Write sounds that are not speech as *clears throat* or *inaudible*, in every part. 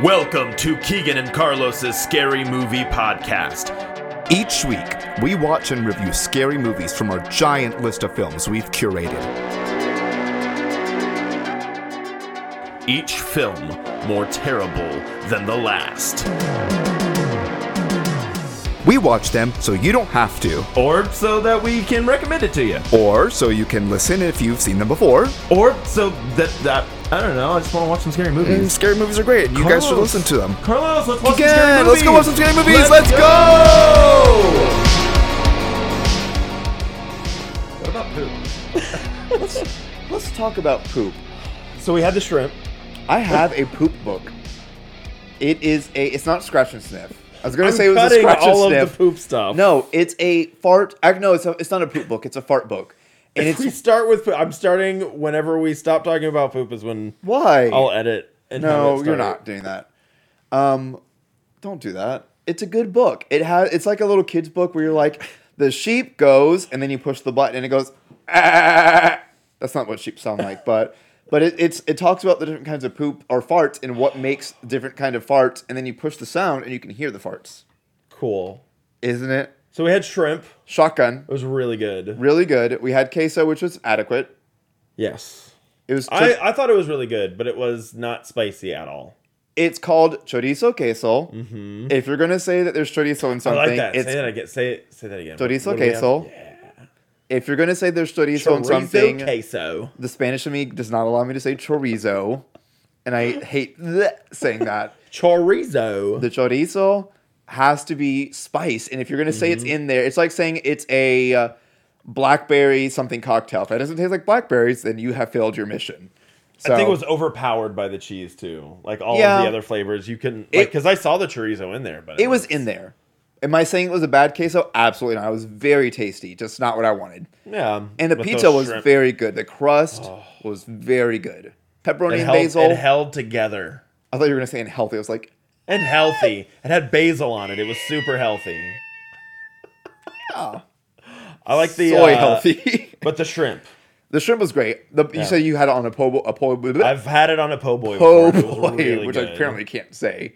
Welcome to Keegan and Carlos's Scary Movie Podcast. Each week, we watch and review scary movies from our giant list of films we've curated. Each film more terrible than the last. We watch them so you don't have to, Or so that we can recommend it to you. or so you can listen if you've seen them before. Or so that, that I don't know, I just want to watch some scary And movies. scary movies are great, and you guys should listen to them. Carlos, let's watch some scary Again, movies. let's go watch some scary movies. Let's, go. What about poop? Let's talk about poop. So we had the shrimp. I have a poop book. It is a. It's not scratch and sniff. I was gonna I'm say it was a cutting scratch all and of the sniff. poop stuff. No, it's a fart. I, no, it's a, it's not a poop book. It's a fart book, and If we it's start with poop, I'm starting whenever we stop talking about poop is when why? Oh. I'll edit. And have it no, start. you're not doing that. Um, don't do that. It's a good book. It has. It's like a little kid's book where you're like, the sheep goes, and then you push the button, and it goes. *laughs* "Ah." That's not what sheep sound like, but but it, it's it talks about the different kinds of poop or farts and what makes different kind of farts, and then you push the sound and you can hear the farts, Cool. isn't it? So we had shrimp. It Shotgun, was really good. really good. We had queso, which was adequate. Yes. It was. I, chor- I thought it was really good, but it was not spicy at all. it's called chorizo queso. If you're gonna say that there's chorizo in Mm-hmm. I something, like that. it's Say that again. Say it. Say that again. Chorizo What do we have? queso. If you're gonna say there's chorizo on Chorizo something, queso. the Spanish in me does not allow me to say chorizo, and I hate *laughs* that saying that. Chorizo. The chorizo has to be spice, and if you're gonna say Mm-hmm. it's in there, it's like saying it's a uh, blackberry something cocktail. If that doesn't taste like blackberries, then you have failed your mission. So, I think it was overpowered by the cheese too. Like all Yeah. of the other flavors, you couldn't. It- Because I saw the chorizo in there, but It was in there. Am I saying it was a bad queso? Absolutely not. It was very tasty, just not what I wanted. Yeah. And the with pizza those was shrimp. Oh. very good. The crust was very good. Pepperoni It and held, basil. it held together. I thought you were gonna say unhealthy. I was like, and healthy. It had basil on it. It was super healthy. I like the soy uh, healthy. *laughs* but the shrimp. the shrimp was great. The, You said you had it on a po' bo- a po' bo- I've had it on a po' boy. po' before. It was *laughs* boy, really which good. I apparently can't say.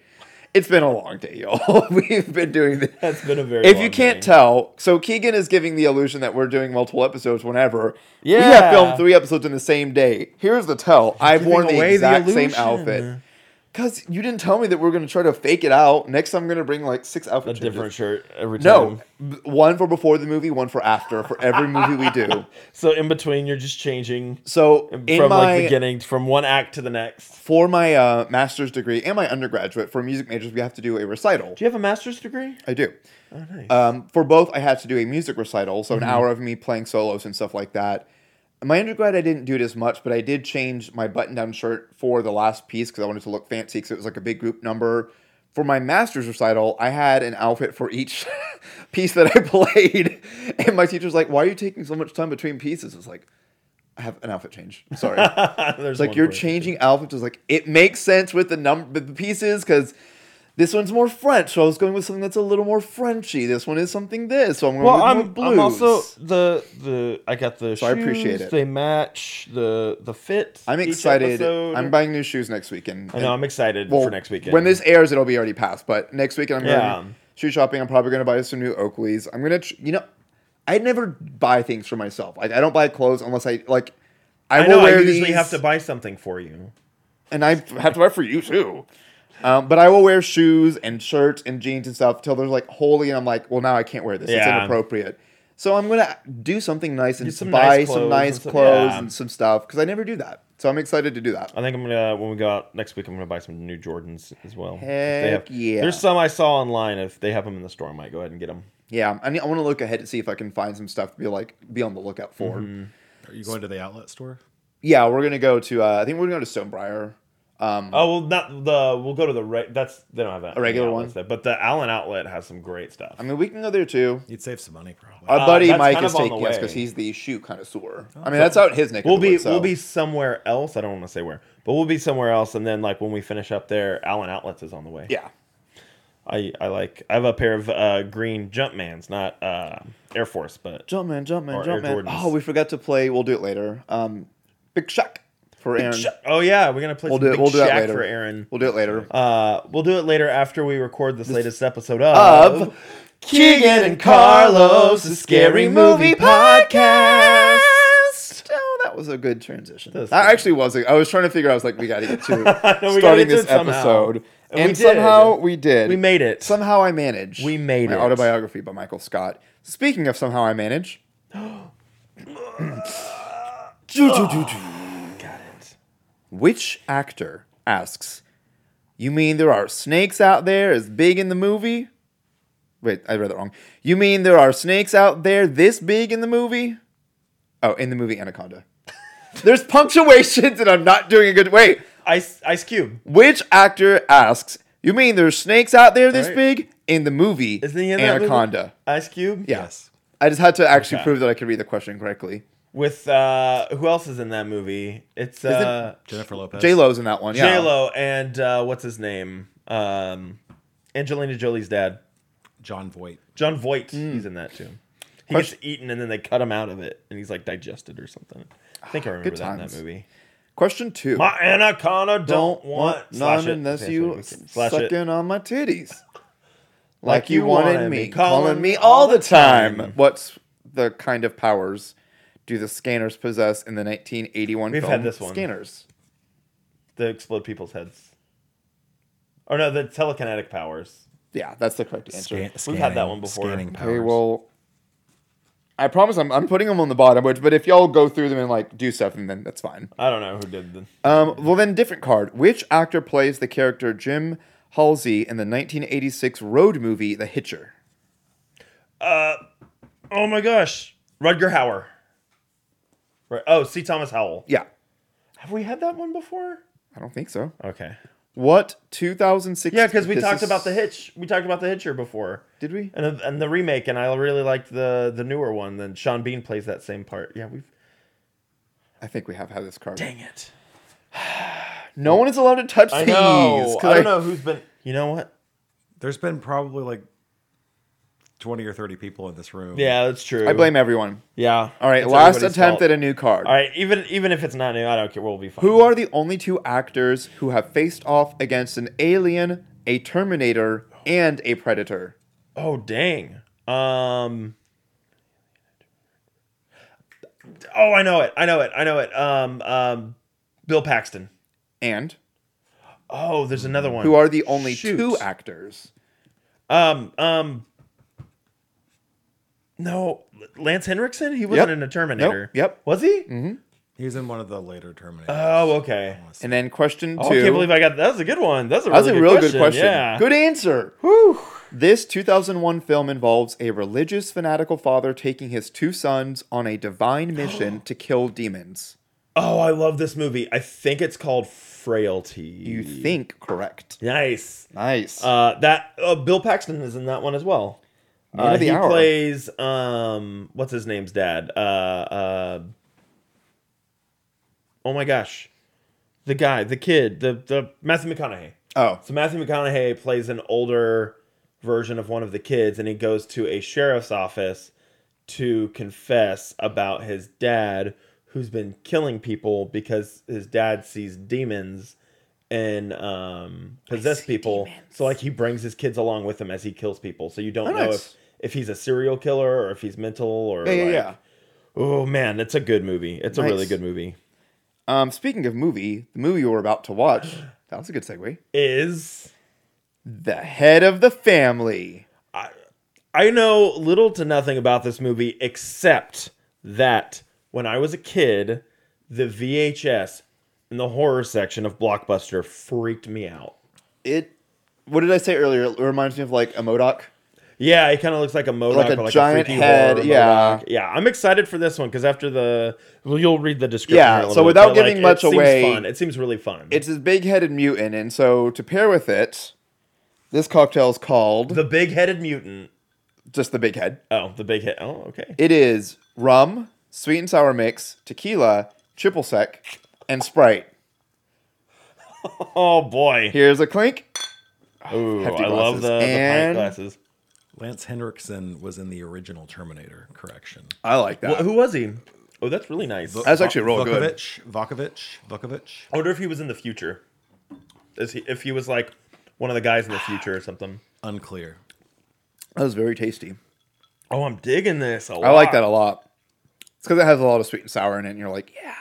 It's been a long day, y'all. *laughs* We've been doing this. that's been a very. if long you can't day. tell, so Keegan is giving the illusion that we're doing multiple episodes whenever. We Yeah. have filmed three episodes in the same day. Here's the tell. I've worn the away the exact same illusion. outfit. Cause you didn't tell me that we are gonna try to fake it out. Next I'm gonna bring like six a outfits. different shirt every time. No. b- One for before the movie, one for after, for every movie *laughs* we do. So in between, you're just changing So in from my like beginning from one act to the next. for my uh, master's degree and my undergraduate for music majors, we have to do a recital. Do you have a master's degree? I do. Oh, nice. Mm-hmm. Um, for both, I had to do a music recital, so an hour of me playing solos and stuff like that. My undergrad, I didn't do it as much, but I did change my button-down shirt for the last piece because I wanted to look fancy because it was like a big group number. For my master's recital, I had an outfit for each *laughs* piece that I *laughs* played, and my teacher's like, "Why are you taking so much time between pieces?" I was like, "I have an outfit change. *laughs* I'm Sorry." *laughs* There's It's like one you're for it. changing outfits. It's like it makes sense with the number the pieces because this one's more French, so I was going with something that's a little more Frenchy. This one is something this, so I'm going Well, with I'm, more blues. I'm also the the I got the So I appreciate shoes, it. They match the the fit. I'm each excited. episode. I'm buying new shoes next week, and I know and- I'm excited well, for next weekend. When this airs, it'll be already past. But next weekend, I'm going Yeah. shoe shopping. I'm probably going to buy some new Oakleys. I'm going to, tr- you know, I never buy things for myself. Like I don't buy clothes unless I like. I, I will know I wear usually these. have to buy something for you. and I have to wear for you too. Um, but I will wear shoes and shirts and jeans and stuff till they're like holy, and I'm like, well, now I can't wear this. It's Yeah. inappropriate. So I'm gonna do something nice and Get some buy nice some clothes nice and some- clothes yeah. and some stuff because I never do that. So I'm excited to do that. I think I'm gonna when we go out next week. I'm gonna buy some new Jordans as well. If they Heck have- yeah. There's some I saw online. If they have them in the store, I might go ahead and get them. Yeah, I, need, I want to look ahead to see if I can find some stuff to be like be on the lookout for. Mm-hmm. Are you going to the outlet store? Yeah, we're gonna go to. Uh, I think we're gonna go to Stonebriar. Um, Oh well, not the. We'll go to the. Re- that's they don't have that A regular outlet one? stuff, but the Allen outlet has some great stuff. I mean, we can go there too. You'd save some money probably. Our Uh, buddy that's Mike kind is of on the taking us because way. he's the shoe connoisseur. I mean, that's out his neck. of We'll the be woods, so- we'll be somewhere else. I don't want to say where, but we'll be somewhere else. And then like when we finish up there, Allen Outlets is on the way. yeah. I I like I have a pair of uh, green Jumpmans, not uh, Air Force, but Jumpman, Jumpman, Or Air Jumpman. Jordans. Oh, we forgot to play. We'll do it later. Um, Big Shack. for Aaron. Oh yeah, we're gonna play We'll some do it. Big We'll do that Shack later. for Aaron. We'll do it later. Uh, we'll do it later after we record this, latest episode of, Of Keegan and Carlos, the Scary Movie Podcast. Oh, that was a good transition. That was I good. actually was. I was trying to figure. out, I was like, we got to get I know, *laughs* to we gotta starting get to this it somehow. episode, And we and did. somehow we did. We made it. Somehow I managed. We made my it. Autobiography by Michael Scott. Speaking of somehow I manage. *gasps* Got it. Which actor asks, You mean there are snakes out there as big in the movie? Wait, I read that wrong. You mean there are snakes out there this big in the movie? Oh, in the movie Anaconda. *laughs* There's punctuations and I'm not doing a good wait. Ice Ice Cube. Which actor asks, You mean there's snakes out there this Right. big? In the movie Isn't he in that movie? Anaconda. Ice Cube. Yeah. Yes. I just had to actually Okay. prove that I could read the question correctly. With uh, who else is in that movie? It's uh, Jennifer Lopez. J Lo's in that one. Yeah. J Lo and uh, what's his name? Um, Angelina Jolie's dad, John Voight. John Voight. He's in that too. He Hmm. Question- gets eaten and then they cut him out of it, and he's like digested or something. I think I remember Ah, Good that in that times. movie. Question two. My anaconda don't, don't want want slash none it. unless Slash you it. Slash suck it. in on my titties. Like Like you you wanted wanted me, me, calling me all the time. What's the kind of powers do the scanners possess in the 1981 We've film had this one. Scanners? The explode people's heads. Or no, the telekinetic powers. Yeah, that's the correct answer. Scan- We've had that one before. Scanning powers. Okay, well, I promise I'm, I'm putting them on the bottom, which, but if y'all go through them and like do stuff, and then that's fine. I don't know who did the. Um, well, then, different card. Which actor plays the character Jim Halsey in the 1986 road movie The Hitcher? Oh my gosh, Rudger Hauer. Right. Oh, C. Thomas Howell. Yeah, Have we had that one before? I don't think so. Okay. What 2016? Yeah, because we this talked is- about the Hitch. We talked about the Hitcher before, Did we? and and the remake, and I really liked the the newer one. Then Sean Bean plays that same part. Yeah, we've. I think we have had this card. Dang it. No one is allowed to touch I these. know. 'cause I don't know who's been. You know what? There's been probably like 20 or 30 people in this room. Yeah, that's true. I blame everyone. Yeah. All right, It's last everybody's attempt fault. at a new card. All right, even even if it's not new, I don't care. We'll be fine. Who are the only two actors who have faced off against an alien, a Terminator, and a Predator? Oh dang. Um. Oh, I know it. I know it. I know it. Um. Um. Bill Paxton. And Oh, there's another one. who are the only Shoot. two actors? Um. Um. No, Lance Henriksen. He wasn't Yep. in a Terminator. yep. Mm-hmm. Was he? He was in one of the later Terminators. Oh, okay. And then question two. Oh, I can't believe I got that. Was a good one. That's a really That's a good real question. good question. Yeah. Good answer. This 2001 film involves a religious fanatical father taking his two sons on a divine mission to kill demons. Oh, I love this movie. I think it's called Frailty. You think correct. nice. Nice. Uh, that uh, Bill Paxton is in that one as well. Man Uh, of the he hour. plays um, what's his name's dad? Uh, uh, oh my gosh, the guy, the kid, the the Matthew McConaughey. oh, So Matthew McConaughey plays an older version of one of the kids, and he goes to a sheriff's office to confess about his dad, who's been killing people because his dad sees demons and um, possess people. So like he brings his kids along with him as he kills people. So you don't Oh, know nice. if if he's a serial killer or if he's mental or yeah, yeah, like, yeah. oh man, it's a good movie. It's a really Nice. good movie. Um, speaking of movie, the movie we're about to watch, that was a good segue. Is The Head of the Family. I know little to nothing about this movie except that when I was a kid, the VHS in the horror section of Blockbuster freaked me out. It, what did I say earlier? It reminds me of like a Modoc. Yeah, it kind of looks like a Modoc, Like a or like giant a freaky head, Horror yeah. Modoc. yeah. I'm excited for this one because after the, well, you'll read the description. here Yeah, a little so bit, without but, like, giving it much seems away, fun. it seems really fun. It's this big headed mutant, and so to pair with it, this cocktail is called the big-headed mutant. just the big head. Oh, the big head. Oh, okay. It is rum, sweet and sour mix, tequila, triple sec, and Sprite. Oh boy. Here's a clink. Ooh, hefty I love glasses. the, the pint And- glasses. Lance Henriksen was in the original Terminator. Correction. I like that. Wh- who was he? Oh, that's really nice. That's actually real good. Vukovic, Vukovic, Vukovic. I wonder if he was in the future. Is he if he was like one of the guys in the future or something? Unclear. That was very tasty. Oh, I'm digging this. I I like that a lot. It's because it has a lot of sweet and sour in it, and you're like, yeah.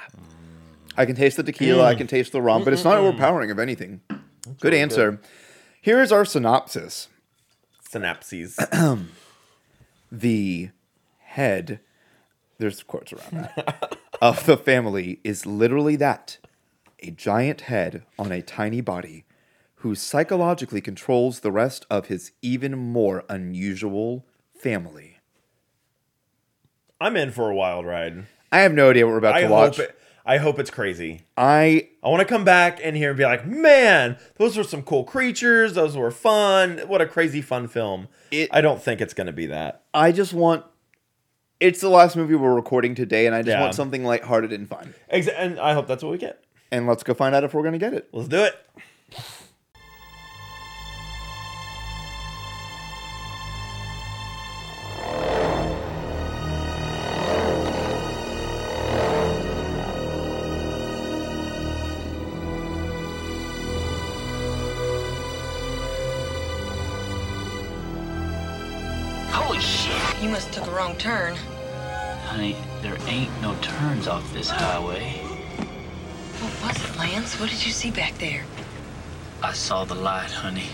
I can taste the tequila, Mm. I can taste the rum, but it's not overpowering of anything. Good answer. Here is our synopsis. synapses. *clears throat* the head there's quotes around that *laughs* of the family is literally that a giant head on a tiny body who psychologically controls the rest of his even more unusual family I'm in for a wild ride. i have no idea what we're about I to watch hope it, I hope it's crazy. i I want to come back in here and be like, man, those were some cool creatures. Those were fun. What a crazy fun film. It- I don't think it's going to be that. i just want it's the last movie we're recording today and i just Yeah. want something lighthearted and fun Ex- and I hope that's what we get. and let's go find out if we're gonna get it Let's do it. Holy shit! You must have took a wrong turn. Honey, there ain't no turns off this highway. What was it, Lance? What did you see back there? I saw the light, honey.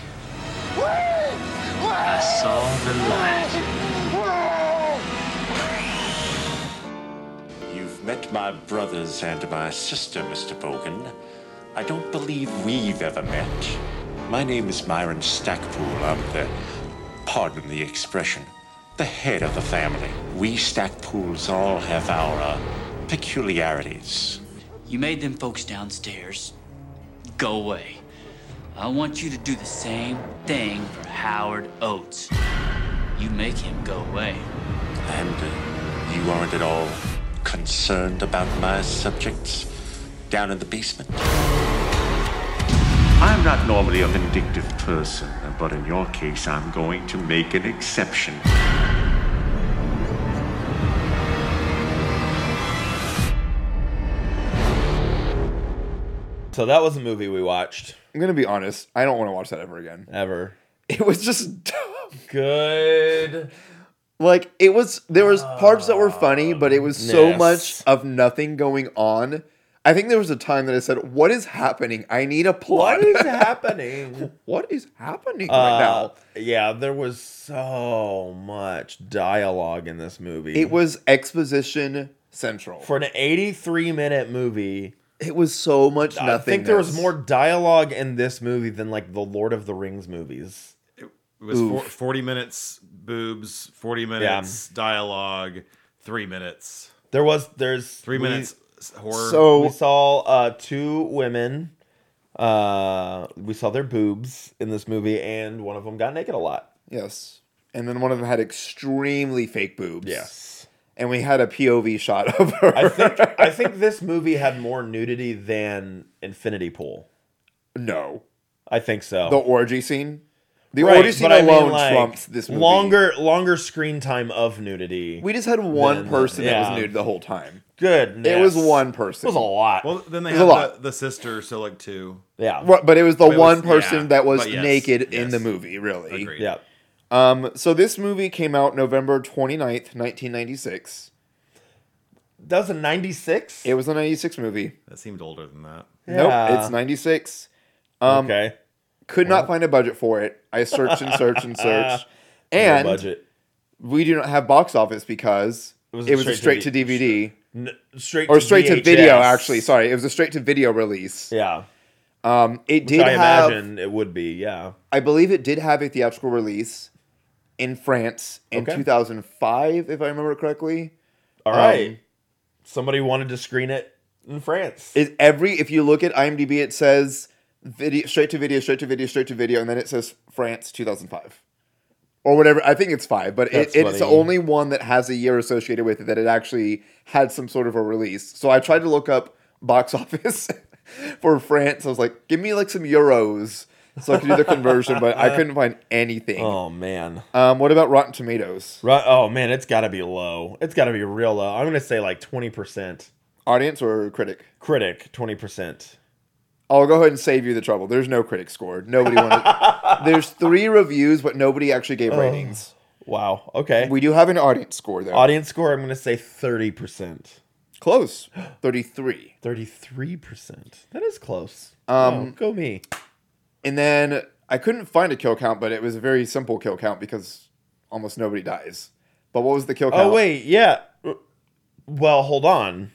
I saw the light. You've met my brothers and my sister, Mr. Bogan. I don't believe we've ever met. My name is Myron Stackpool. I'm the, pardon the expression, the head of the family. We Stackpools all have our uh, peculiarities. You made them folks downstairs go away. I want you to do the same thing for Howard Oates. You make him go away. And uh, you aren't at all concerned about my subjects down in the basement? I'm not normally a vindictive person, but in your case, I'm going to make an exception. So that was a movie we watched i'm gonna be honest i don't want to watch that ever again *laughs* ever. it was just *laughs* dumb Good. Like it was there was parts that were funny, but it was so Yes. much of nothing going on. I think there was a time that I said, "What is happening? I need a plot. What is *laughs* happening? what is happening right Uh, now?" yeah, there was so much dialogue in this movie. It was exposition central. for an 83 minute movie. it was so much nothing. I think there was more dialogue in this movie than like the Lord of the Rings movies. It was four, 40 minutes boobs, 40 minutes dialogue, 3 minutes. There was there's 3 we- minutes s- horror. We So saw uh, two women. Uh, we saw their boobs in this movie, and one of them got naked a lot. yes, and then one of them had extremely fake boobs. Yes, and we had a POV shot of her. I think I think this movie had more nudity than Infinity Pool. *laughs* no, I think so. the orgy scene. The Right, orgy scene but I mean, alone like, trumps this movie. Longer longer screen time of nudity. We just had one Then- person that was yeah. nude the whole time. Good. It was one person. It was a lot. well, then they There's a had lot. the, the sister, so like 2. yeah. Right, But it was the it one was- person yeah, that was but yes, naked in yes. the movie, really. Agreed. Yeah. Um, so this movie came out November 29th, 1996. That was a 96? It was a 96 movie. That seemed older than that. Nope, it's 96. um, okay. Could not find a budget for it. I searched and *laughs* searched and searched. And No budget. we do not have box office because it was, was a a straight straight to to DVD. N- straight Or straight to video, VHS. actually. Sorry, it was a straight to video release. Yeah. Um, it did Which I have imagine it would be, yeah. I believe it did have a theatrical release in France in Okay. 2005, if I remember correctly. All Um, right. Somebody wanted to screen it in France. Is every if you look at IMDb, it says video straight to video, straight to video, straight to video, and then it says France 2005 or whatever. I think it's five, but it, That's it's the funny. only one that has a year associated with it that it actually had some sort of a release. So I *laughs* tried to look up box office for France. I was like, give me like some euros. so I could do the conversion, but I couldn't find *laughs* anything. Oh man. Um, what about Rotten Tomatoes? Right. Oh man, it's got to be low. It's got to be real low. I'm gonna say like 20%. Audience or critic? Critic 20%. I'll go ahead and save you the trouble. There's no critic scored. Nobody *laughs* wanted. There's three reviews, but nobody actually gave Oh. ratings. Wow. Okay. We do have an audience score though. Audience score. I'm gonna say 30%. Close. 33. 33%. That is close. Um, go me. And then I couldn't find a kill count, but it was a very simple kill count because almost nobody dies. But what was the kill count? Oh wait, yeah. Well, hold on.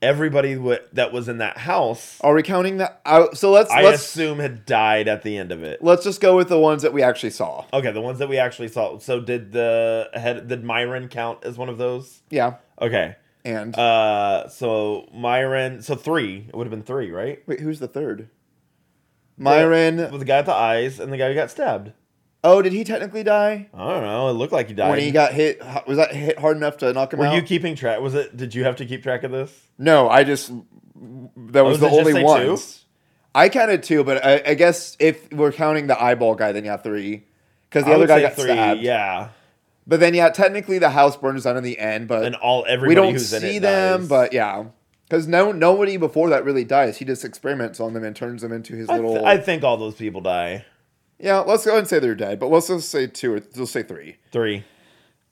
Everybody w- that was in that house, Are we counting that out? So let's I Oh, let's assume, had died at the end of it. let's just go with the ones that we actually saw. Okay, the ones that we actually saw. So did the head? Did Myron count as one of those? Yeah. Okay. And Uh, so Myron. So three. It would have been three, right? wait, who's the third? With Myron. the guy with the eyes and the guy who got stabbed. Oh, did he technically die? I don't know. It looked like he died. When he got hit, was that hit hard enough to knock him Were out? you keeping track? Was it? Did you have to keep track of this? no, I just that Oh, was, it the just only say one. two? I counted two, but I, I guess if we're counting the eyeball guy, then yeah, three. Because the I other would guy say got three, stabbed. Yeah. But then yeah, technically the house burns down in the end, but And all everybody we don't who's in see it them. dies. But yeah, because no nobody before that really dies. He just experiments on them and turns them into his I, th- little. I think all those people die. yeah, let's go ahead and say they're dead, but let's just say two or let's say three. Three.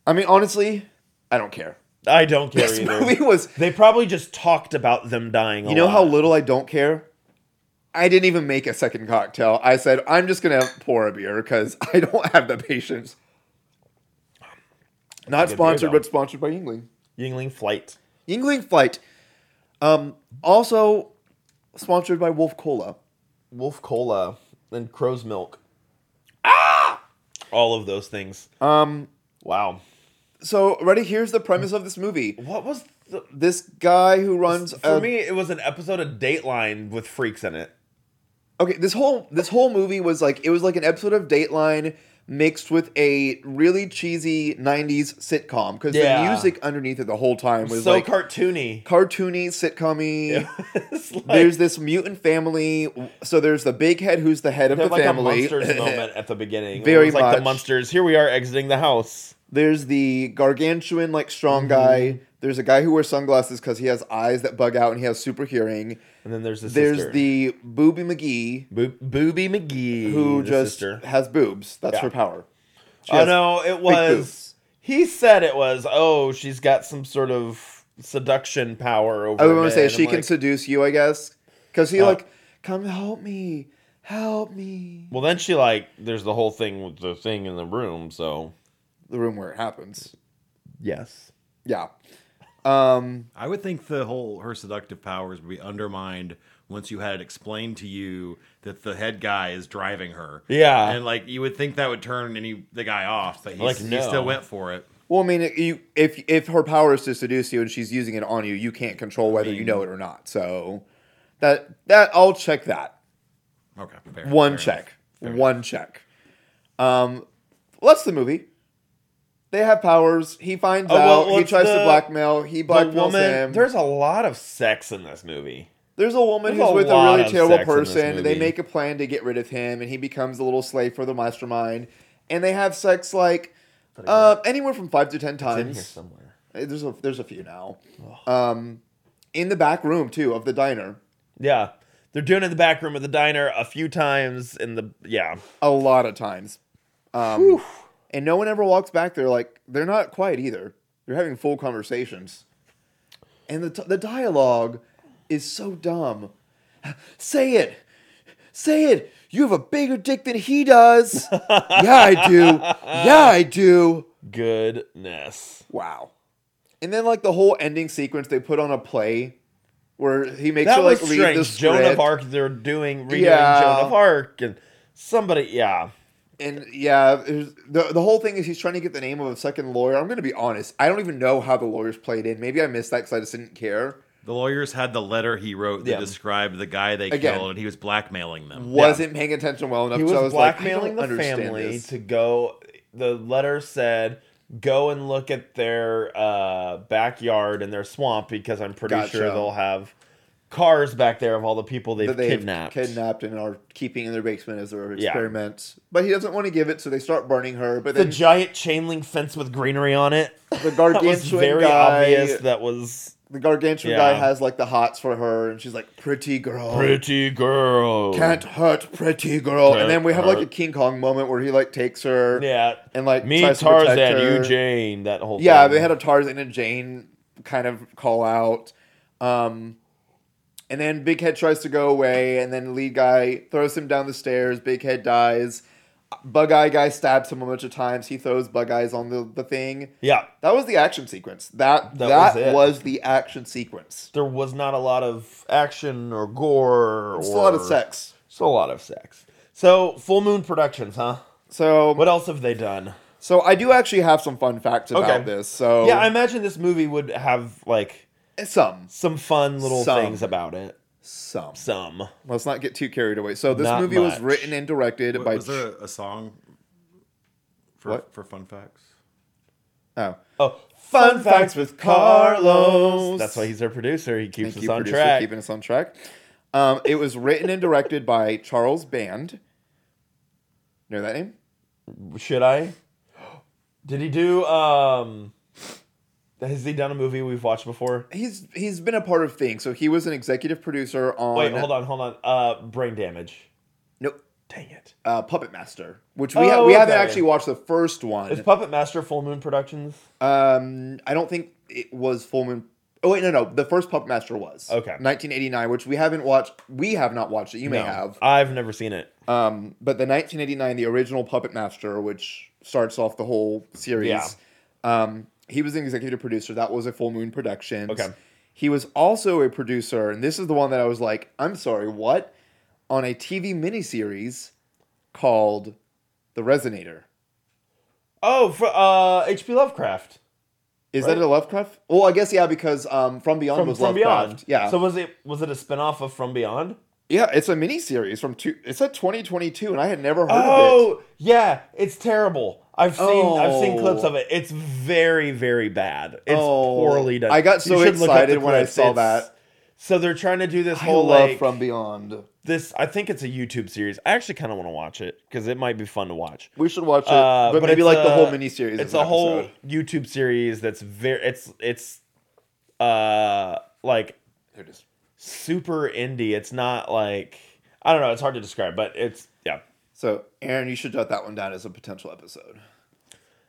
I mean, honestly, I don't care. *laughs* I don't care This *laughs* either. movie was. They probably just talked about them dying. A You know lot. how little I don't care. I didn't even make a second cocktail. I said I'm just gonna pour a beer because *laughs* I don't have the patience. Not beer, sponsored, though. but sponsored by Yingling. Yingling flight. Yingling Flight. Um, also sponsored by Wolf Cola. Wolf cola and crow's milk. Ah! All of those things. Um. Wow. So, ready? Here's the premise of this movie. What was the, This guy who runs for a- me? It was an episode of Dateline with freaks in it. Okay, this whole this whole movie was like it was like an episode of Dateline mixed with a really cheesy '90s sitcom because Yeah. the music underneath it the whole time was so like cartoony. *laughs* cartoony, sitcomy. It's like, *laughs* There's this mutant family. So there's the big head who's the head of they the had like family. a *laughs* monsters moment at the beginning. Very it was like the much. monsters. Here we are exiting the house. There's the gargantuan, like strong Mm-hmm. guy. There's a guy who wears sunglasses because he has eyes that bug out and he has super hearing. And then there's the There's sister. the Booby McGee Bo- Booby McGee, who the just sister. has boobs. That's Yeah. her power. Uh, She Oh has no, it boobs. was. He said it was. Oh, she's got some sort of seduction power over. I would want men." to say she Oh, I'm can like, seduce you, I guess, because he Oh. like, come help me, help me. well, then she like. There's the whole thing with the thing in the room. So The room where it happens. yes, Yeah. Um. I would think the whole her seductive powers would be undermined once you had it explained to you that the head guy is driving her. Yeah. and like you would think that would turn any the guy off, but he's, Like, he no. still went for it. Well, I mean, it- you if if her power is to seduce you and she's using it on you, you can't control whether you know it or not. So that that I'll check that Okay, fair, one fair check, Fair one check. Um, what's the movie? They have powers. He finds Oh, well, out. he what's tries the- to blackmail. He the blackmails woman. him. There's, There's a lot of sex in this movie. a woman there's who's a with a lot really of terrible sex in this person. They movie. make a plan to get rid of him, and he becomes a little slave for the mastermind. And they have sex like uh, anywhere from five to ten times. It's in here somewhere. Uh, There's a there's a few now. Um, in the back room too of the diner, Yeah, they're doing it in the back room of the diner a few times in the yeah. a lot of times. Um, and no one ever walks back there. Like they're not quiet either. They're having full conversations, and the t- the dialogue is so dumb. Say it, say it. You have a bigger dick than *laughs* he does. yeah, I do. Yeah, I do. Goodness. Wow. And then like the whole ending sequence, they put on a play where he makes That her was like strange. read the Joan of script. Arc. They're doing redoing Yeah. Joan of Arc and somebody. Yeah. And yeah, there's- the the whole thing is he's trying to get the name of a second lawyer. I'm going to be honest. I don't even know how the lawyers played in. Maybe I missed that because I just didn't care. The lawyers had the letter he wrote that Yeah. described the guy they Again. killed, and he was blackmailing them. Wasn't paying attention well enough. He so I was was like, I blackmailing don't the understand family this. to go. The letter said, "Go and look at their uh, backyard and their swamp because I'm pretty Gotcha. sure they'll have cars back there of all the people they've that they kidnapped. kidnapped and are keeping in their basement as their Yeah. experiments. But he doesn't want to give it, so they start burning her. But The then giant chain link fence with greenery on it. the *laughs* That gargantuan was very guy, obvious. That was the gargantuan Yeah. guy has like the hots for her, and she's like, "Pretty girl, pretty girl. can't hurt, pretty girl." Can't and then we have like a hurt. King Kong moment where he like takes her, *laughs* Yeah. and like Me tries to protect Tarzan, you her. Jane. That whole Yeah, thing. they had a Tarzan and Jane kind of call out. Um, and then Big Head tries to go away, and then lead guy throws him down the stairs. Big Head dies. Bug Eye guy stabs him a bunch of times. He throws Bug Eyes on the, the thing. yeah. That was the action sequence. That That that, was it. was, the action sequence. There was not a lot of action or gore. It's or, a lot of sex. Just a lot of sex. So Full Moon Productions, huh? So What else have they done? so I do actually have some fun facts about Okay. this. So Yeah, I imagine this movie would have like some some fun little Some. things about it. some. Some. Let's not get too carried away. So this Not movie was much. written and directed Wa- by was there a song for What? for fun facts? oh Oh, Fun Facts with Carlos. That's why he's our producer. He keeps Thank us you, on producer, track. keeping us on track. Um, it was written and directed by Charles Band. Know that name? Should I? Did he do? um Has he done a movie we've watched before? He's he's been a part of things. So he was an executive producer on. Wait, hold on, hold on. Uh, brain damage. No, Dang it! uh, Puppet Master, which we ha- Oh, we haven't okay. actually watched the first Is one. Puppet Master Full Moon Productions? um, I don't think it was Full Moon. Oh wait, no, no. The first Puppet Master was Okay. 1989, which we haven't watched. We have not watched it. You may No, have. I've never seen it. Um, but the 1989, the original Puppet Master, which starts off the whole series, Yeah. um, he was an executive producer. That was a Full Moon Productions. Okay. He was also a producer, and this is the one that I was like, I'm sorry, what? On a TV miniseries called The Resonator. Oh, for uh, H.P. Lovecraft. Is that a Lovecraft? Well, I guess yeah, because um, From Beyond From, was From Beyond. Lovecraft. Yeah, So was it was it a spinoff of From Beyond? yeah, it's a miniseries from two. It said 2022, and I had never heard of it. Oh yeah, it's terrible. I've seen I've seen Oh. clips of it. It's very very bad. It's Oh. poorly done. I got so You should look up the excited when I clips. saw It's- that. So they're trying to do this I whole love like uh, From Beyond. this. I think it's a YouTube series. I actually kind of want to watch it because it might be fun to watch. We should watch it, Uh, but, maybe it's like the a- whole miniseries. It's as an a whole episode. YouTube series that's very. It's it's uh like There it is. super indie. It's not like I don't know. It's hard to describe, but it's yeah. So, Aaron, you should jot that one down as a potential episode.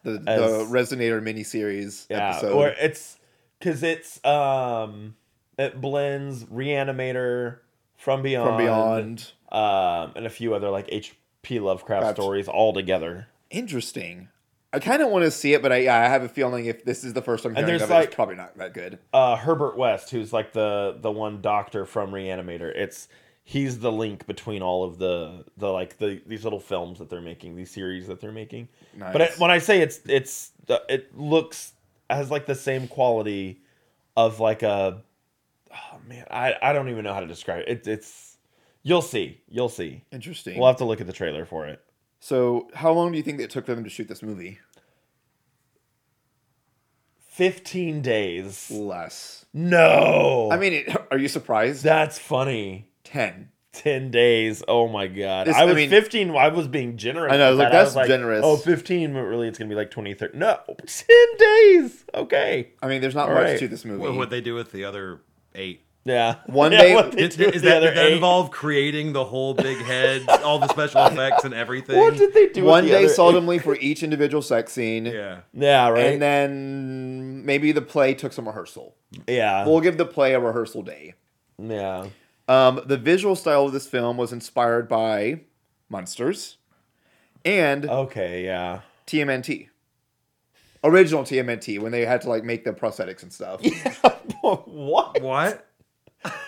The, the As- Resonator miniseries yeah, episode. or it's because it's um it blends Reanimator from Beyond, from Beyond. um, and a few other like H.P. Lovecraft Gotcha. stories all together. Interesting. I kind of want to see it, but I, yeah, I have a feeling if this is the first time And hearing there's of it, like- it's probably not that good. Uh, Herbert West, who's like the the one doctor from Reanimator, it's he's the link between all of the the like the these little films that they're making, these series that they're making. But I, Nice. when I say it's it's uh, it looks has like the same quality of like a oh man, I I don't even know how to describe it. it it's you'll see, you'll see. Interesting. We'll have to look at the trailer for it. so, how long do you think it took for them to shoot this movie? Fifteen days. Less. No, I mean, it, are you surprised? that's funny. 10. 10 days. Oh my god. This- I I was mean- 15. I was being generous. I know, I was with like, that. that's generous. Oh, 15, but really it's going to be like 20, 30. No, 10 days. Okay. I mean, there's not All much right. to this movie. What would they do with the other eight? Yeah. One Yeah, day- what they Did, do with *laughs* is the that, other did that eight. involve creating the whole big head, all the *laughs* special effects and everything? What did they do One with the day other *laughs* eight? solemnly for each individual sex scene. yeah. Yeah, right. And then maybe the play took some rehearsal. yeah. Uh-huh. We'll give the play a rehearsal day. yeah. Um, the visual style of this film was inspired by Monsters and Oh. Okay, yeah. TMNT. Original TMNT when they had to like make the prosthetics and stuff. what? What?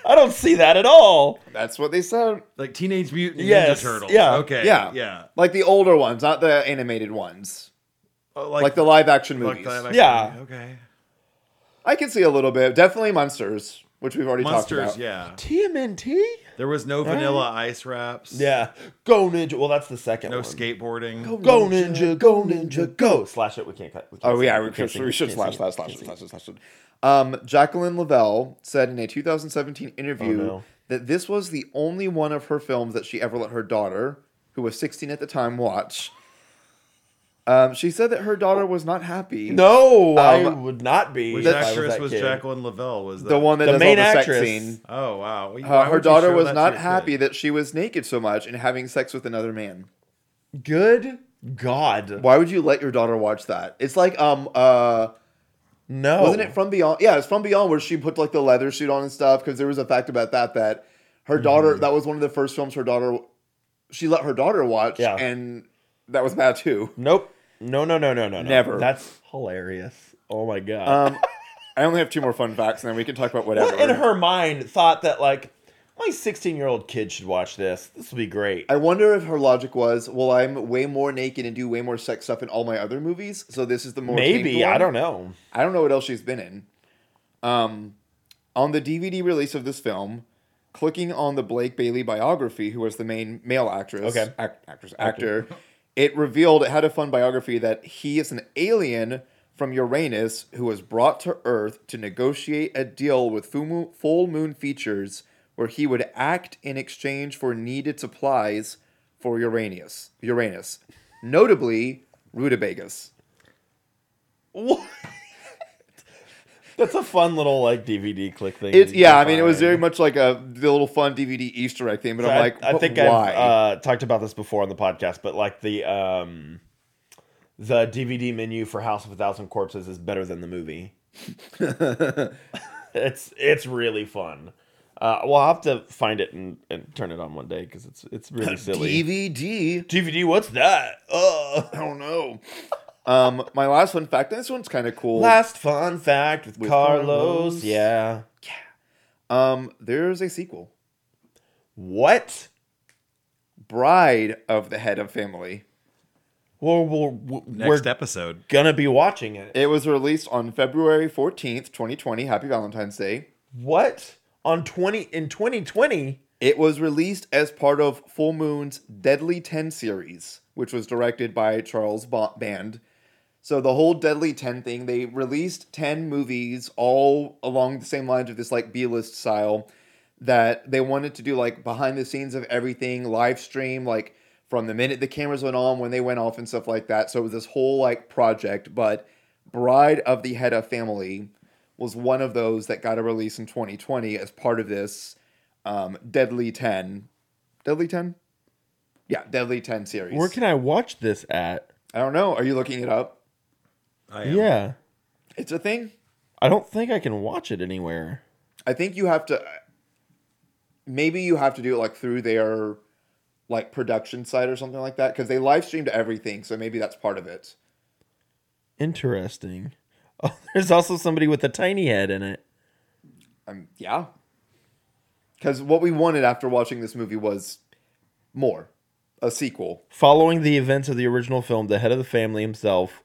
I don't see that at all. *laughs* That's what they said. Like Teenage Mutant Yes, Ninja Turtles. yeah. Okay. Yeah. Yeah. Like the older ones, not the animated ones. Oh, Uh, Like, the live action like movies. the- Yeah. Okay. I can see a little bit. Definitely Monsters, which we've already Monsters. talked about. Yeah. TMNT? There was no vanilla ice wraps. Yeah. Go ninja. Well, that's the second No one. skateboarding. Go ninja. Go ninja. Go. Slash it. We can't cut. we can't Oh sing yeah, it, we can't should, sing we it, should can't slash sing slash it, slash can't sing slash slash. slash. Um, Jacqueline Lavelle said in a 2017 interview Oh, no. that this was the only one of her films that she ever let her daughter, who was 16 at the time, watch. Um, she said that her daughter was not happy. it. No, I Um, would not be. Which if I was actress that was kid. Jacqueline Lavelle? Was that? the one that The does main all the actress. sex scene. Oh wow. Why Uh, her would you daughter show was that to not your happy kid? that she was naked so much and having sex with another man. Good God. Why would you let your daughter watch that? It's like um uh No. Wasn't it from Beyond? Yeah, it's from Beyond where she put like the leather suit on and stuff because there was a fact about that that her Mm-hmm. daughter that was one of the first films her daughter she let her daughter watch Yeah. and that was bad too. Nope. No, no, no, no, no, no. Never. That's hilarious. Oh my God. Um, I only have two more fun facts and then we can talk about whatever. what in her mind thought that like my 16 year old kid should watch this this will be great I wonder if her logic was, well, I'm way more naked and do way more sex stuff in all my other movies, so this is the more tamed maybe one. i don't know I don't know what else she's been in. Um, on the DVD release of this film, clicking on the Blake Bailey biography, who was the main male actress, Okay. ac- actress, actor, it revealed it had a fun biography that he is an alien from Uranus who was brought to Earth to negotiate a deal with full moon, full moon features where he would act in exchange for needed supplies for Uranus. Uranus, notably rutabagas. what that's a fun little like dvd click thing It's to yeah. I mean, it was find. very much like a the little fun DVD Easter egg thing, but I'm I- like, I, but think why? I've uh, talked about this before on the podcast, but like the um, the DVD menu for House of a Thousand Corpses is better than the *laughs* movie. it's it's really fun. Uh, we'll have to find it and, and turn it on one day because it's it's *laughs* really silly. DVD. DVD, what's that? Ugh. I don't know. Um, my last fun fact. and This one's kind of cool. Last fun fact with, With Carlos. Carlos. Yeah. Um, there's a sequel, What? Bride of the Head of Family. Well, we're we're Next episode. gonna be watching it. It was released on February 14th, 2020. Happy Valentine's Day. What on twenty in twenty twenty? It was released as part of Full Moon's Deadly 10 series, which was directed by Charles Ba- Band. So the whole Deadly 10 thing, they released 10 movies all along the same lines of this like B-list style that they wanted to do like behind the scenes of everything, live stream like from the minute the cameras went on when they went off and stuff like that. So it was this whole like project, but Bride of the Hedda Family was one of those that got a release in 2020 as part of this um, Deadly 10. Deadly 10? Yeah, Deadly 10 series. Where can I watch this at? I don't know. Are you looking it up? I am. Yeah. It's a thing. I don't think I can watch it anywhere. I think you have to. Maybe you have to do it like through their like production site or something like that because they live streamed everything. So maybe that's part of it. Interesting. *laughs* Oh, there's also somebody with a tiny head in it. Um, yeah. Because what we wanted after watching this movie was more, a sequel. Following the events of the original film, the head of the family himself,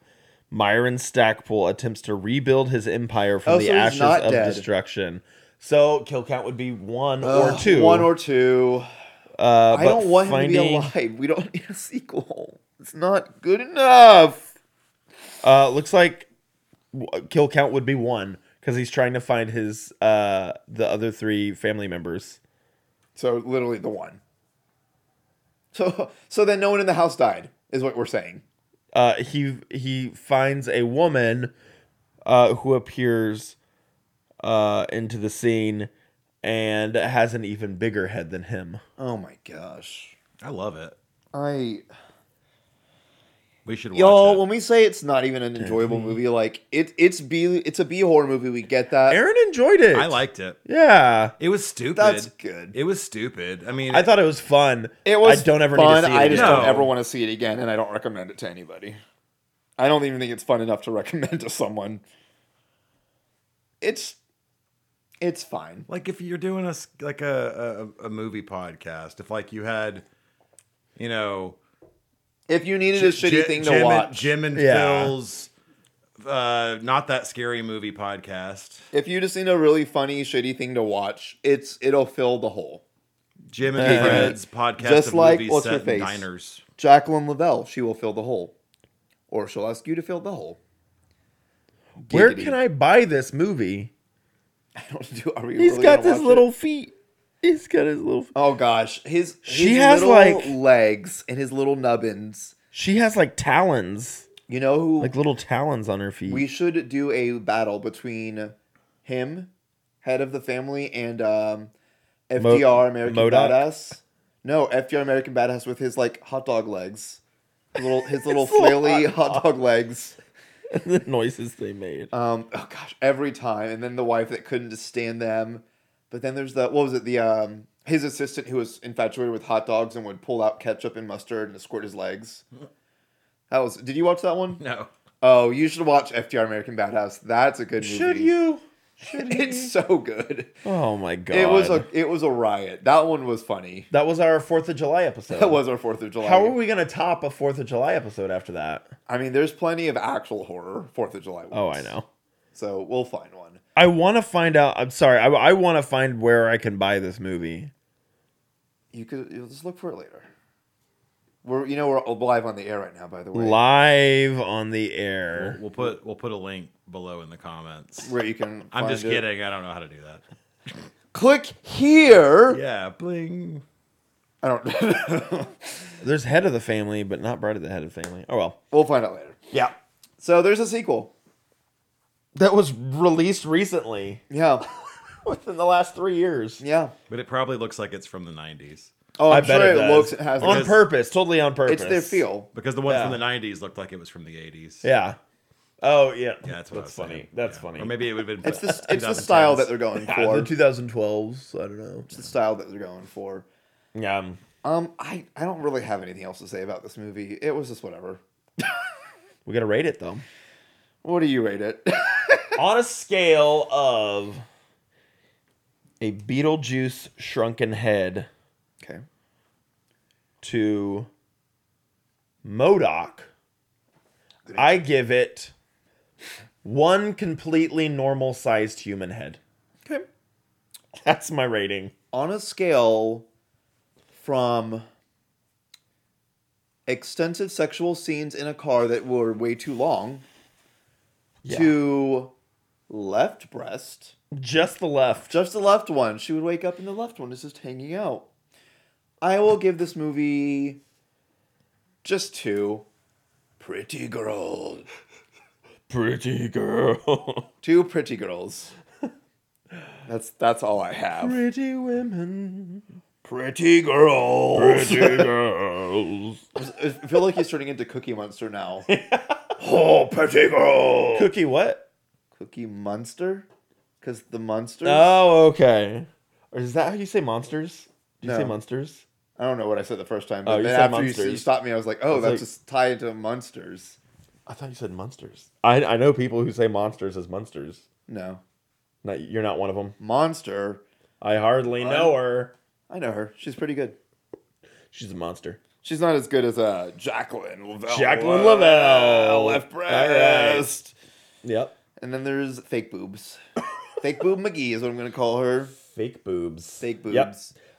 Myron Stackpole, attempts to rebuild his empire from Oh, the so he's ashes not of dead. destruction. So kill count would be one or Ugh, two. one or two. uh, I don't want him to be finding- alive. We don't *laughs* need a sequel. It's not good enough. Uh, looks like w- kill count would be one because he's trying to find his uh the other three family members. So literally the one. So *laughs* so then no one in the house died is what we're saying. uh, he he finds a woman uh, who appears uh, into the scene and has an even bigger head than him. Oh my gosh. I love it. I We should watch y'all it. when we say it's not even an enjoyable movie like it it's B it's a B horror movie we get that. Aaron enjoyed it. I liked it. Yeah, It was stupid. That's good. It was stupid. I mean, I thought it was fun. it was I don't ever fun. need to see it. I just again. No. don't ever want to see it again and I don't recommend it to anybody. I don't even think it's fun enough to *laughs* recommend to someone. It's it's fine. like if you're doing a s- like a, a a movie podcast, if like you had, you know, If you needed a shitty Ji- thing to Jim And, watch, Jim and Yeah. Phil's, uh, not that scary movie podcast. if you just need a really funny shitty thing to watch, it's it'll fill the hole. Jim and Fred's podcast Just of like movies what's set her in face? diners. Jacqueline Lavelle, she will fill the hole, or she'll ask you to fill the hole. Where Giggity. can I buy this movie? I *laughs* don't do. Are we He's really got gonna his watch it? little feet. He's got his little. f- Oh gosh, his, his She has, little like- legs and his little nubbins. She has like talons, You know who? like little talons on her feet. we should do a battle between him, head of the family, and um, FDR American Modoc? Badass. No, FDR American Badass with his like hot dog legs, little his *laughs* little His little flaily hot dog legs. *laughs* the noises they made. Um, oh gosh, every time, and then the wife that couldn't stand them. But then there's the what was it? The um, his assistant who was infatuated with hot dogs and would pull out ketchup and mustard and squirt his legs. That was. Did you watch *laughs* that one? No. Oh, you should watch FDR American Badass. That's a good movie. Should you? It's so good. Oh my god! It was a it was a riot. That one was funny. that was our Fourth of July episode. That was our Fourth of July. How are we gonna top a Fourth of July episode after that? I mean, there's plenty of actual horror Fourth of July. Ones, Oh, I know. So we'll find one. I want to find out. I'm sorry. I, I want to find where I can buy this movie. You could you'll just look for it later. We're you know we're live on the air right now. By the way, Live on the We'll, air. we'll put we'll put a link below in the comments. where you can. I'm find just it. kidding. I don't know how to do that. Click here. Yeah, bling. I don't. *laughs* There's head of the family, but not bride of the head of the family. Oh well. we'll find out later. Yeah. So there's a sequel. That was released recently, *laughs* Yeah, within the last three years. yeah. But it probably looks like it's from the 90s Oh, I I'm bet sure it, it, does. looks it has. on it's- purpose, totally on purpose. It's their feel. because the one from Yeah. the 90s looked like it was from the 80s. Yeah. Oh yeah. Yeah, that's, what I was funny. saying. That's Yeah. funny. Or maybe it would have been. *laughs* *laughs* It's the it's the style 2010s. that they're going Yeah, for. the 2012s. I don't know. It's the style that they're going for. Yeah. um, Um, I, I don't really have anything else to say about this movie. It was just whatever. We gotta rate it though. What do you rate it? *laughs* on a scale of a Beetlejuice shrunken head okay. to Modoc, I give it one completely normal sized human head. Okay. That's my rating. On a scale from extensive sexual scenes in a car that were way too long to left breast, Just the left. just the left one. She would wake up and the left one is just hanging out. I will give this movie just two. Pretty girl. Pretty *laughs* girl. Two pretty girls. That's that's all I have. Pretty women. Pretty girls. Pretty girls. I feel like he's turning into Cookie Monster *laughs* now. oh, pretty girl. Cookie what? Cookie Monster? Because the monster. Oh, okay. Or is that how you say monsters? Do you say No. monsters? I don't know what I said the first time, Oh, but you then said after you, s- monsters. you stopped me, I was like, oh, was that's like- just tied to monsters. I thought you said monsters. I I know people who say monsters as monsters. No. Not, you're not one of them. Monster. I hardly know her. I know her. She's pretty good. She's a monster. She's not as good as uh, Jacqueline Lavelle. Uh, Jacqueline Lavelle. Left All right. breast. Yep. And then there's Fake Boobs. fake Boob McGee is what I'm going to call her. Fake boobs. Fake boobs. Yep.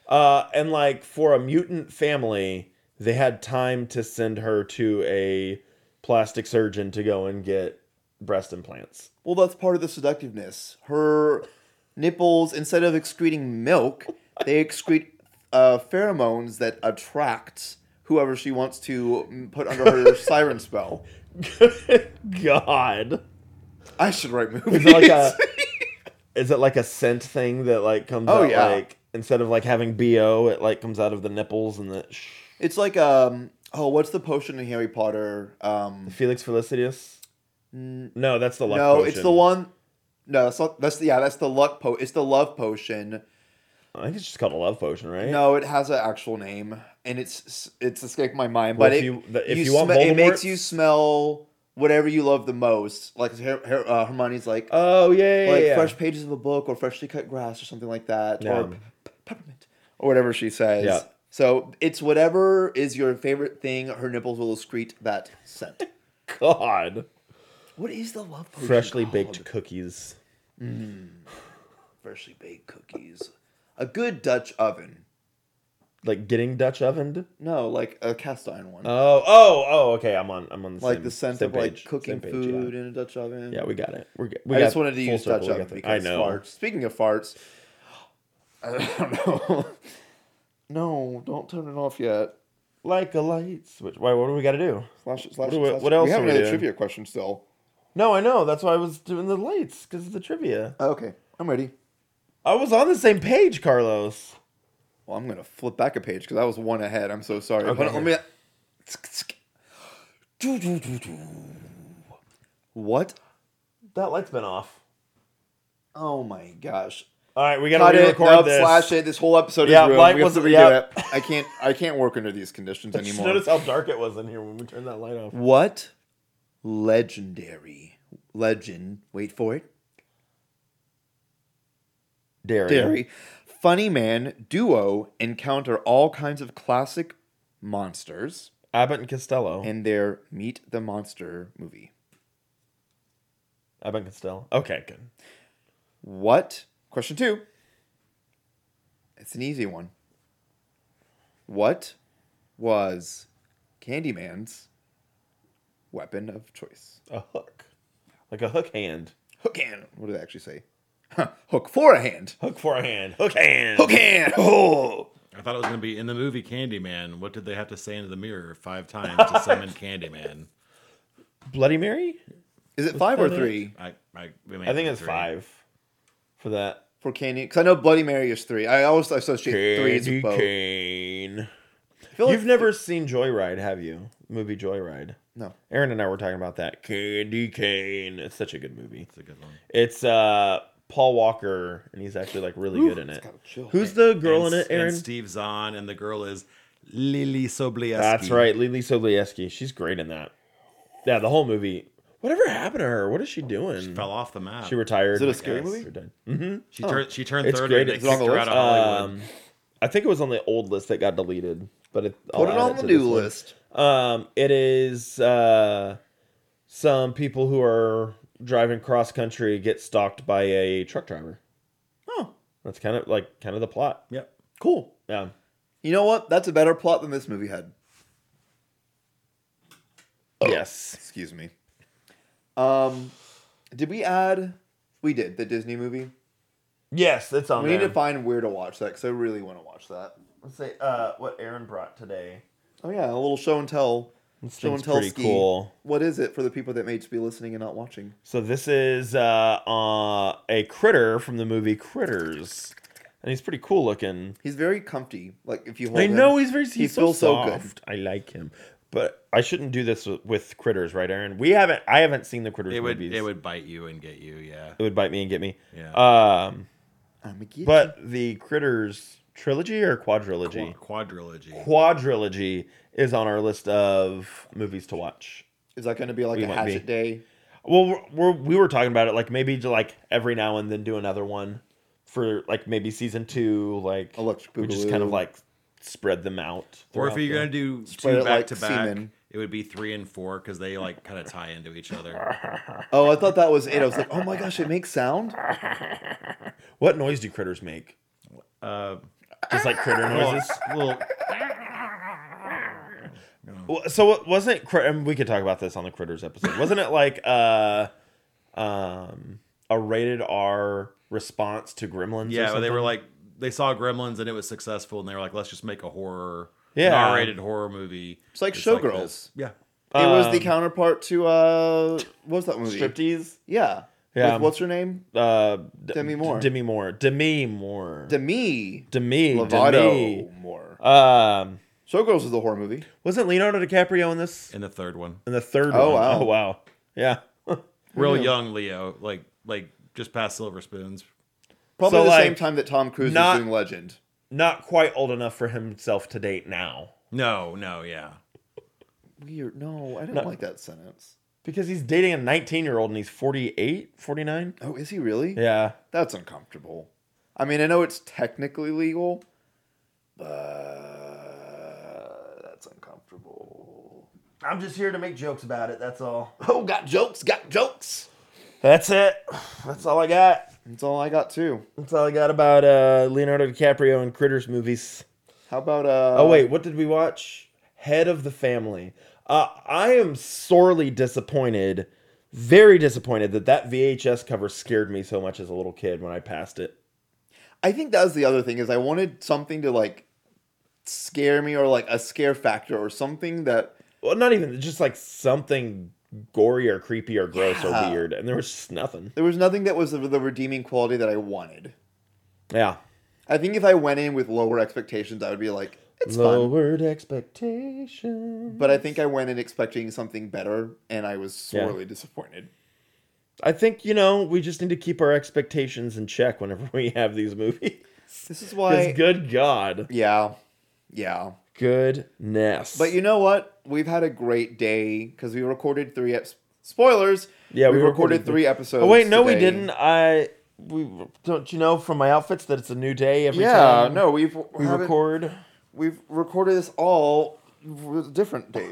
Uh, and like for a mutant family, they had time to send her to a plastic surgeon to go and get breast implants. *laughs* Well, that's part of the seductiveness. Her nipples, instead of excreting milk, they excrete uh, pheromones that attract whoever she wants to mm, put *laughs* under her siren spell. God. I should write movies. Is it like *laughs* a is it like a scent thing that like comes Oh, out yeah. like instead of like having BO, it like comes out of the nipples and the sh- it's like um oh, what's the potion in Harry Potter? Um, Felix Felicitas? No, that's the luck no, potion. it's the one. No, that's not, that's the yeah, that's the luck po. It's the love potion. I think it's just called a love potion, right? No, it has an actual name, and it's it's escaped my mind. Well, but if it, you- the- if you want it makes Voldemort's- you smell whatever you love the most. Like Her- Her- uh, Hermione's like Oh yeah, yeah, like yeah. fresh pages of a book or freshly cut grass or something like that Yeah. or p- p- peppermint or whatever she says. Yeah. So it's whatever is your favorite thing. Her nipples will excrete that scent. God. what is the love potion? Freshly called? baked cookies. Freshly baked cookies. A good Dutch oven like getting Dutch ovened? No, like a cast iron one. Oh, oh, oh. Okay, I'm on. I'm on the like same, the scent same of like page, cooking same page, yeah. food in a Dutch oven. Yeah, we got it. We're good. We I got just wanted to full use circle. Dutch We oven got the- because I know. farts. Speaking of farts, *laughs* I don't know. *laughs* no, don't turn it off yet. Like a light switch. Why? What do we got to do? Slash, it, slash, do it, we- slash. what it. else We have are we another doing? trivia question still. No, I know. That's why I was doing the lights because of the trivia. Oh, Okay, I'm ready. I was on the same page, Carlos. Well, I'm gonna flip back a page because I was one ahead. I'm so sorry. Hold on, let me. Do, do, do, do. What? That light's been off. Oh my gosh! All right, we got Cut to it. re-record Nope, this. slash it. This whole episode Yeah, is ruined. light We have to wasn't- redo yeah. it. I can't. I can't work under these conditions *laughs* Just anymore. notice how dark it was in here when we turned that light off. What legendary legend? Wait for it. Dairy. Dairy, funny man duo encounter all kinds of classic monsters Abbott and Costello. in their Meet the Monster movie. Abbott and Costello. Okay, good. What? Question two. It's an easy one. What was Candyman's weapon of choice? A hook, like a hook hand, Hook hand. What did they actually say? Huh, Hook for a hand. hook for a hand, hook hand. Hook hand. *laughs* Oh. I thought it was going to be in the movie Candyman. What did they have to say into the mirror five times to *laughs* summon Candyman? Bloody Mary. Is it five or three I, I, we I may have think to it's three. five for that. for Candy? Because I know Bloody Mary is three. I always associate threes Candy with both. cane. I feel like- E. You've never seen Joyride, have you? Movie Joyride. No. Aaron and I were talking about that. Candy cane. It's such a good movie. It's a good one. It's uh Paul Walker, and he's actually like really good in it. Who's the girl and, in it, and Aaron? Steve Zahn, and the girl is Lily Sobieski. That's right, Lily Sobieski. She's great in that. Yeah, the whole movie. Whatever happened to her? What is she doing? She, Fell off the map. She, retired. Is it a scary movie? hmm turned. She turned It's thirty. great. And they Is it on kicked the her out list? of Hollywood. Um, I think it was on the old list that got deleted, but it, I'll Put it add on the to this new one. list. Um, it is uh, some people who are driving cross country get stalked by a truck driver. Oh, That's kind of like kind of the plot. yep. cool. Yeah, You know what? That's a better plot than this movie had. Oh. yes. Excuse me. Um, did we add? We did the Disney movie. Yes, it's on we there. need to find where to watch that because I really want to watch that. Let's say uh, what Aaron brought today. Oh yeah, a little show and tell. show thing's and tell pretty ski. cool. What is it for the people that may just be listening and not watching? So this is uh, uh, a critter from the movie Critters, and he's pretty cool looking. He's very comfy. Like if you hold I him, know he's very he's he so feels so good. soft. I like him, but I shouldn't do this with, with critters, right, Aaron? We haven't. I haven't seen the critters It would. movies. It would bite you and get you. Yeah. It would bite me and get me. Yeah. Um, I'm a geek. but the critters trilogy or quadrilogy? Quadrilogy. Quadrilogy is on our list of movies to watch. is that going to be like We a might be. hatchet day? Well, we're, we're, we were talking about it, like maybe to, like every now and then do another one for like maybe season two, like Electric we just kind of Boogaloo. like spread them out. Or if throughout you're the- gonna do Spread two it like back to back, semen. it would be three and four because they like kind of tie into *laughs* each other. Oh, I thought that was it. I was like, oh my gosh, it makes sound. what noise do critters make? Uh, Just like *laughs* critter noises. little Well, So it wasn't cri- and we could talk about this on the critters episode. Wasn't it like uh um a rated R response to Gremlins? or Yeah, well, they were something? like they saw Gremlins and it was successful, and they were like, let's just make a horror, Yeah. yeah, R-rated horror movie. It's like that's Showgirls. this. yeah, It was the Um, counterpart to uh, what was that movie? striptease. Yeah. Yeah. With, what's her name? Uh, D- Demi Moore. Demi Moore. Demi Moore. Demi Demi. Lovato Demi. Moore. Um, Showgirls is a horror movie. wasn't Leonardo DiCaprio in this? in the third one, In the third Oh, one. wow. Oh wow. Yeah. real young Leo, like like just past Silver Spoons. Probably So, the like, same time that Tom Cruise not- was doing Legend. Not quite old enough for himself to date now. No, no, yeah, Weird. No, I didn't like that sentence. Because he's dating a 19 year old and he's 48, 49. Oh, is he really? Yeah. That's uncomfortable. I mean, I know it's technically legal, but that's uncomfortable. I'm just here to make jokes about it. That's all. Oh, got jokes, got jokes. That's it. That's all I got. That's all I got too. That's all I got about uh, Leonardo DiCaprio and Critters movies. How about uh? Oh wait, what did we watch? Head of the Family. Uh, I am sorely disappointed, very disappointed that that VHS cover scared me so much as a little kid when I passed it. I think that was the other thing is I wanted something to like scare me or like a scare factor or something that Well, not even just like something gory or creepy or gross Yeah. or weird, and there was just nothing. there was nothing that was of the redeeming quality that I wanted. Yeah, I think if I went in with lower expectations, I would be like, it's fun. lowered expectations. But I think I went in expecting something better, and I was sorely disappointed. I think you know we just need to keep our expectations in check whenever *laughs* we have these movies. This is 'Cause why. good God, Yeah, yeah. goodness. But you know what? We've had a great day because we recorded three. Ep- spoilers. Yeah, we, we recorded, recorded three episodes. Oh wait, no, we today. didn't. I we don't you know from my outfits that it's a new day every Yeah, time. no, we've we haven't- record. We've recorded this all with different days. *laughs*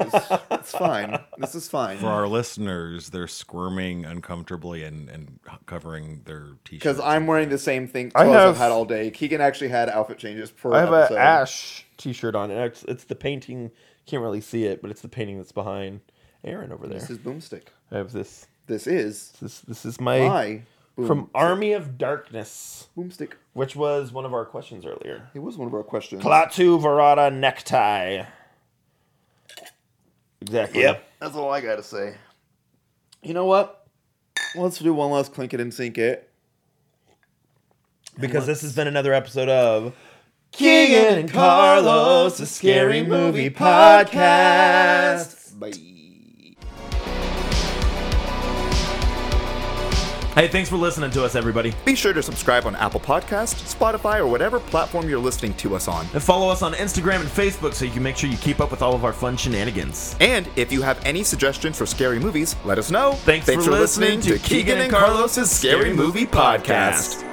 it's fine. This is fine. For our listeners, they're squirming uncomfortably and, and covering their t-shirts. Because I'm wearing the same thing I clothes I've have- had all day. Keegan actually had outfit changes per I have episode. a Ash T-shirt on, and it's, it's the painting. Can't really see it, but it's the painting that's behind Aaron over there. This is Boomstick. I have this. This is This this is my my boom, from Army of Darkness, Boomstick. which was one of our questions earlier. It was one of our questions. Klaatu Varada necktie. Exactly. That's all I gotta say. You know what? Let's do one last clink it and sink it. Because this has been another episode of Keegan and Carlos, the Scary Movie Podcast. Bye. Hey, thanks for listening to us, everybody. Be sure to subscribe on Apple Podcasts, Spotify, or whatever platform you're listening to us on. And follow us on Instagram and Facebook so you can make sure you keep up with all of our fun shenanigans. And if you have any suggestions for scary movies, let us know. Thanks for listening to Keegan and Carlos's Scary Movie Podcast.